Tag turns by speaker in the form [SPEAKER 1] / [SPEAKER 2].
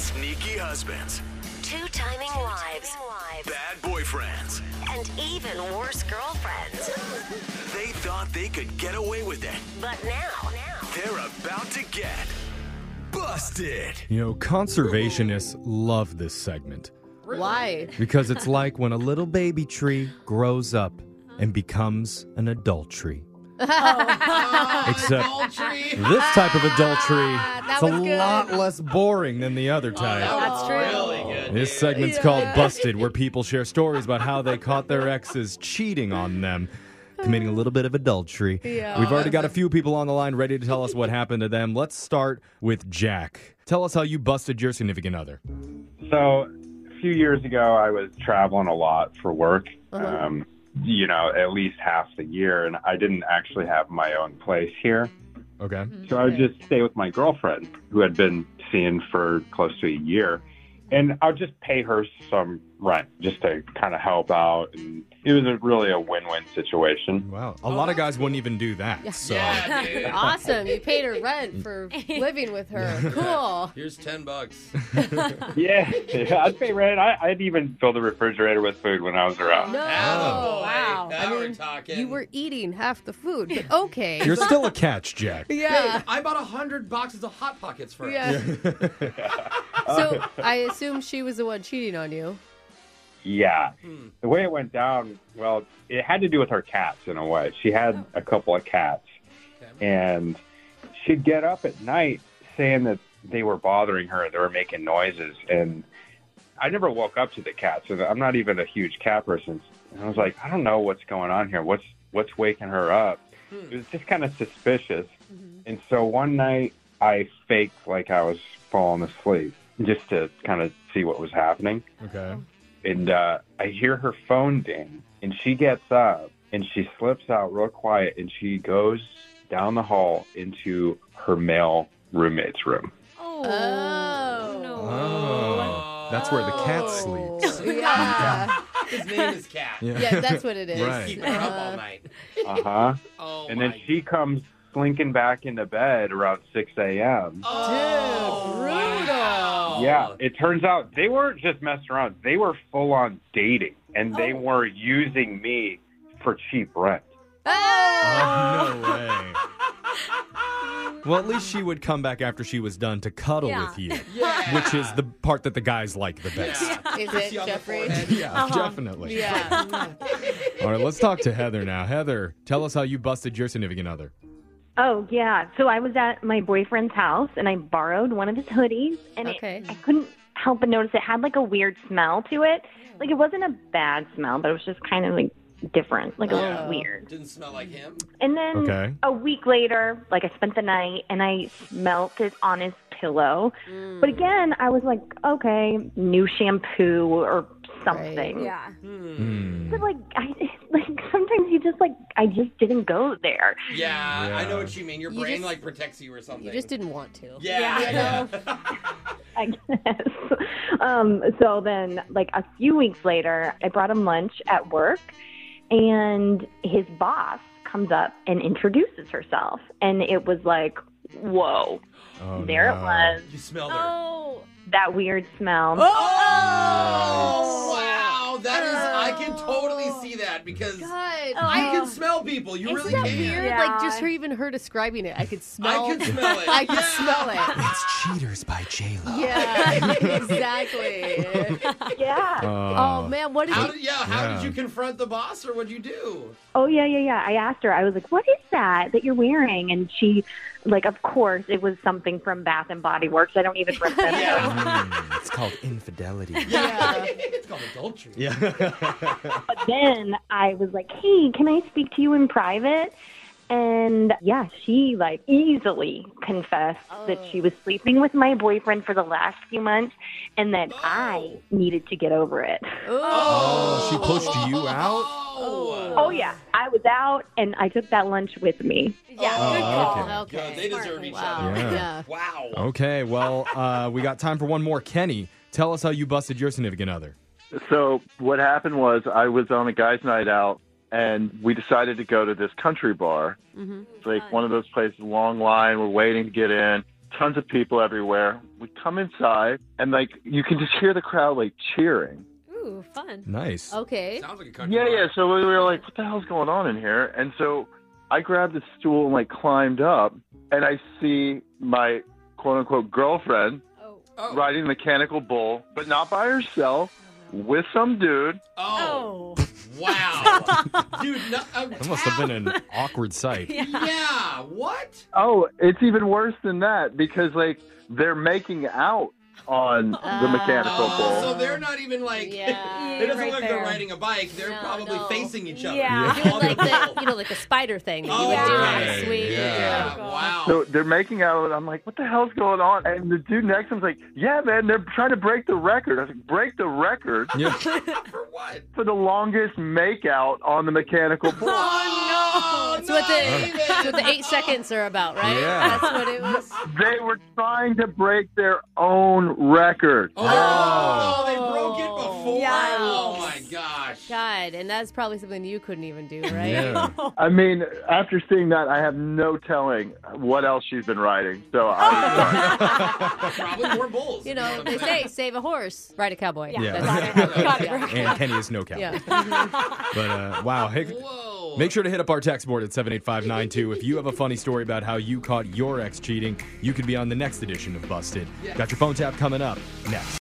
[SPEAKER 1] Sneaky husbands,
[SPEAKER 2] Two timing wives
[SPEAKER 1] bad boyfriends.
[SPEAKER 2] and even worse girlfriends.
[SPEAKER 1] They thought they could get away with it.
[SPEAKER 2] But now,
[SPEAKER 1] They're about to get busted.
[SPEAKER 3] You know, conservationists love this segment
[SPEAKER 4] Why?
[SPEAKER 3] because it's like when a little baby tree grows up and becomes an adult tree.
[SPEAKER 4] Oh.
[SPEAKER 3] Except this type of adultery is a
[SPEAKER 4] Ah, was good. Oh,
[SPEAKER 3] lot less boring than the other type.
[SPEAKER 4] That's true.
[SPEAKER 3] This segment's called Busted, where people share stories about how they caught their exes cheating on them, committing a little bit of adultery.
[SPEAKER 4] Yeah.
[SPEAKER 3] We've already got a few people on the line ready to tell us what happened to them. Let's start with Jack. Tell us how you busted your significant other.
[SPEAKER 5] So, a few years ago, I was traveling a lot for work, um, you know, at least half the year, and I didn't actually have my own place here.
[SPEAKER 3] Okay.
[SPEAKER 5] So, I would just stay with my girlfriend, who had been seeing for close to a year, and I would just pay her some rent just to kind of help out. And it was a, really a win win situation.
[SPEAKER 3] Wow. A lot of guys wouldn't even do that. So
[SPEAKER 6] Yeah, dude.
[SPEAKER 4] Awesome. You paid her rent for living with her. Cool.
[SPEAKER 6] Here's 10 bucks.
[SPEAKER 5] Yeah, I'd pay rent. I, I'd even fill the refrigerator with food when I was around.
[SPEAKER 4] No.
[SPEAKER 6] Attaboy.
[SPEAKER 4] Oh, Wow.
[SPEAKER 6] Now
[SPEAKER 4] I
[SPEAKER 6] we're
[SPEAKER 4] mean,
[SPEAKER 6] talking.
[SPEAKER 4] you were eating half the food, but okay.
[SPEAKER 3] you're still a catch, Jack.
[SPEAKER 4] yeah.
[SPEAKER 6] I bought 100 boxes of Hot Pockets for her.
[SPEAKER 4] uh, Yeah. so I assume she was the one cheating on you.
[SPEAKER 5] Yeah. The way it went down, well, it had to do with her cats in a way. She had a couple of cats, and she'd get up at night saying that they were bothering her. They were making noises, and I never woke up to the cats. And I'm not even a huge cat person. And I was like, I don't know what's going on here. What's what's waking her up? It was just kind of suspicious. And so one night, I faked like I was falling asleep just to kind of see what was happening
[SPEAKER 3] Okay.
[SPEAKER 5] and uh, I hear her phone ding, and she gets up and she slips out real quiet, and she goes down the hall into her male roommate's room.
[SPEAKER 7] Oh.
[SPEAKER 4] Oh.
[SPEAKER 3] Oh. That's where the cat sleeps.
[SPEAKER 4] Yeah.
[SPEAKER 6] His name is Cat.
[SPEAKER 4] yeah, that's what it is.
[SPEAKER 3] Right.
[SPEAKER 6] Keep her up all night.
[SPEAKER 5] Uh huh.
[SPEAKER 6] Oh,
[SPEAKER 5] and
[SPEAKER 6] my
[SPEAKER 5] then she comes slinking back into bed around 6 a.m.
[SPEAKER 6] Oh, wow.
[SPEAKER 5] Yeah, it turns out they weren't just messing around; they were full on dating, and
[SPEAKER 6] Oh.
[SPEAKER 5] they were using me for cheap rent.
[SPEAKER 4] Ah!
[SPEAKER 3] Oh, no way. Well, at least she would come back after she was done to cuddle
[SPEAKER 7] Yeah.
[SPEAKER 3] with you,
[SPEAKER 6] Yeah.
[SPEAKER 3] which is the part that the guys like the best.
[SPEAKER 4] Is
[SPEAKER 6] Kiss
[SPEAKER 4] it
[SPEAKER 6] you on the
[SPEAKER 4] Jeffrey?
[SPEAKER 6] forehead.
[SPEAKER 3] Yeah, definitely.
[SPEAKER 4] Yeah.
[SPEAKER 3] All right, let's talk to Heather now. Heather, tell us how you busted your significant other.
[SPEAKER 8] Oh yeah. So I was at my boyfriend's house and I borrowed one of his hoodies and it-
[SPEAKER 4] Okay.
[SPEAKER 8] I couldn't help but notice it had like a weird smell to it. Like it wasn't a bad smell, but it was just kind of like different, like a
[SPEAKER 6] Oh.
[SPEAKER 8] little weird.
[SPEAKER 6] Didn't smell like him.
[SPEAKER 8] And then
[SPEAKER 3] Okay.
[SPEAKER 8] a week later, like I spent the night and I smelt it on his pillow. But again, I was like, okay, new shampoo or something.
[SPEAKER 7] Yeah.
[SPEAKER 8] But like I like sometimes you just like I just didn't go there.
[SPEAKER 6] Yeah, I
[SPEAKER 3] Yeah.
[SPEAKER 6] know what you mean. Your
[SPEAKER 4] You
[SPEAKER 6] brain
[SPEAKER 4] just-
[SPEAKER 6] like protects you or something.
[SPEAKER 4] You just didn't want to.
[SPEAKER 6] Yeah.
[SPEAKER 3] Mm.
[SPEAKER 4] Yeah.
[SPEAKER 8] I guess. Um, so then, like a few weeks later, I brought him lunch at work, and his boss comes up and introduces herself, and it was like, whoa,
[SPEAKER 3] Oh,
[SPEAKER 8] there
[SPEAKER 3] no.
[SPEAKER 8] it was,
[SPEAKER 6] You smelled her.
[SPEAKER 7] Oh.
[SPEAKER 8] that weird smell.
[SPEAKER 6] Oh, wow. That is, I can totally see that because
[SPEAKER 4] God.
[SPEAKER 6] I can smell people. You really
[SPEAKER 4] Isn't that
[SPEAKER 6] can.
[SPEAKER 4] weird?
[SPEAKER 7] Yeah.
[SPEAKER 4] Like just her, even her describing it, I could smell.
[SPEAKER 6] I can smell it.
[SPEAKER 4] I could
[SPEAKER 6] Yeah.
[SPEAKER 4] smell it.
[SPEAKER 3] It's Cheaters by J-Lo.
[SPEAKER 4] Yeah, exactly.
[SPEAKER 8] Yeah.
[SPEAKER 3] Uh.
[SPEAKER 4] oh man, what did
[SPEAKER 6] How
[SPEAKER 4] you?
[SPEAKER 6] did, yeah, how
[SPEAKER 3] Yeah.
[SPEAKER 6] did you confront the boss or what'd you do?
[SPEAKER 8] Oh yeah, yeah, yeah. I asked her. I was like, "What is that that you're wearing?" And she, like, of course, it was something from Bath and Body Works. I don't even remember.
[SPEAKER 6] Yeah.
[SPEAKER 3] it's called infidelity.
[SPEAKER 6] yeah. it's called adultery.
[SPEAKER 3] Mm. Yeah.
[SPEAKER 8] But then I was like, hey, can I speak to you in private? And yeah, she like easily confessed that she was sleeping with my boyfriend for the last few months and that I needed to get over it.
[SPEAKER 3] oh, she pushed you out?
[SPEAKER 6] Oh.
[SPEAKER 8] Oh, yeah. I was out and I took that lunch with me.
[SPEAKER 7] Yeah.
[SPEAKER 6] Oh,
[SPEAKER 7] good call.
[SPEAKER 3] okay.
[SPEAKER 6] God, they deserve each
[SPEAKER 4] Wow.
[SPEAKER 6] other.
[SPEAKER 3] Yeah.
[SPEAKER 4] Yeah.
[SPEAKER 6] Wow.
[SPEAKER 3] Okay, well, uh, we got time for one more. Kenny, tell us how you busted your significant other.
[SPEAKER 9] So what happened was I was on a guy's night out, and we decided to go to this country bar. It's like one of those places, long line. We're waiting to get in, tons of people everywhere. We come inside, and like you can just hear the crowd like cheering.
[SPEAKER 7] Ooh, fun.
[SPEAKER 3] Nice.
[SPEAKER 4] Oh.
[SPEAKER 7] Okay.
[SPEAKER 6] Sounds like a country.
[SPEAKER 9] Yeah,
[SPEAKER 6] bar.
[SPEAKER 9] yeah. So we were like, "What the hell's going on in here?" And so I grabbed a stool and like climbed up, and I see my quote unquote girlfriend
[SPEAKER 7] Oh.
[SPEAKER 6] Oh.
[SPEAKER 9] riding a mechanical bull, but not by herself, with some dude.
[SPEAKER 6] Oh,
[SPEAKER 7] Oh.
[SPEAKER 6] wow, dude. No, um,
[SPEAKER 3] That must have been an awkward sight.
[SPEAKER 6] yeah. What?
[SPEAKER 9] Oh, it's even worse than that because like they're making out on the mechanical
[SPEAKER 6] Oh,
[SPEAKER 9] bull.
[SPEAKER 6] so they're not even like.
[SPEAKER 7] Yeah,
[SPEAKER 6] It doesn't
[SPEAKER 7] right
[SPEAKER 6] look like
[SPEAKER 7] there.
[SPEAKER 6] they're riding a bike. They're
[SPEAKER 7] No,
[SPEAKER 6] probably
[SPEAKER 7] no.
[SPEAKER 6] facing each other.
[SPEAKER 7] Yeah.
[SPEAKER 6] On
[SPEAKER 7] Doing like
[SPEAKER 6] the
[SPEAKER 7] the,
[SPEAKER 6] wall.
[SPEAKER 7] you know, like the spider thing that
[SPEAKER 6] Oh,
[SPEAKER 7] you would do on
[SPEAKER 6] right.
[SPEAKER 7] a swing.
[SPEAKER 6] Yeah,
[SPEAKER 7] Oh, God.
[SPEAKER 6] Wow.
[SPEAKER 9] So they're making out, and I'm like, "What the hell's going on?" And the dude next to him's like, "Yeah, man, they're trying to break the record." I was like, "Break the record
[SPEAKER 3] Yeah.
[SPEAKER 6] For what?
[SPEAKER 9] for the longest makeout on the mechanical bull."
[SPEAKER 6] Oh,
[SPEAKER 7] That's what the
[SPEAKER 6] David!
[SPEAKER 7] that's what the eight seconds are about, right?
[SPEAKER 3] Yeah.
[SPEAKER 7] That's what it was.
[SPEAKER 9] they were trying to break their own record.
[SPEAKER 6] Oh, they broke it before.
[SPEAKER 7] Yes.
[SPEAKER 6] Oh my gosh.
[SPEAKER 4] God, and that's probably something you couldn't even do, right?
[SPEAKER 3] Oh, Yeah.
[SPEAKER 9] I mean, after seeing that, I have no telling what else she's been riding. So I,
[SPEAKER 6] Probably more bulls.
[SPEAKER 4] You know, they say save a horse, ride a cowboy.
[SPEAKER 7] Yeah.
[SPEAKER 3] Yeah.
[SPEAKER 4] That's-
[SPEAKER 7] Got it.
[SPEAKER 3] And Kenny is no cow.
[SPEAKER 4] yeah.
[SPEAKER 3] But uh, wow, hey,
[SPEAKER 6] Whoa.
[SPEAKER 3] Make sure to hit up our text board at 78592 if you have a funny story about how you caught your ex cheating. You could be on the next edition of Busted. Got your phone tap coming up next.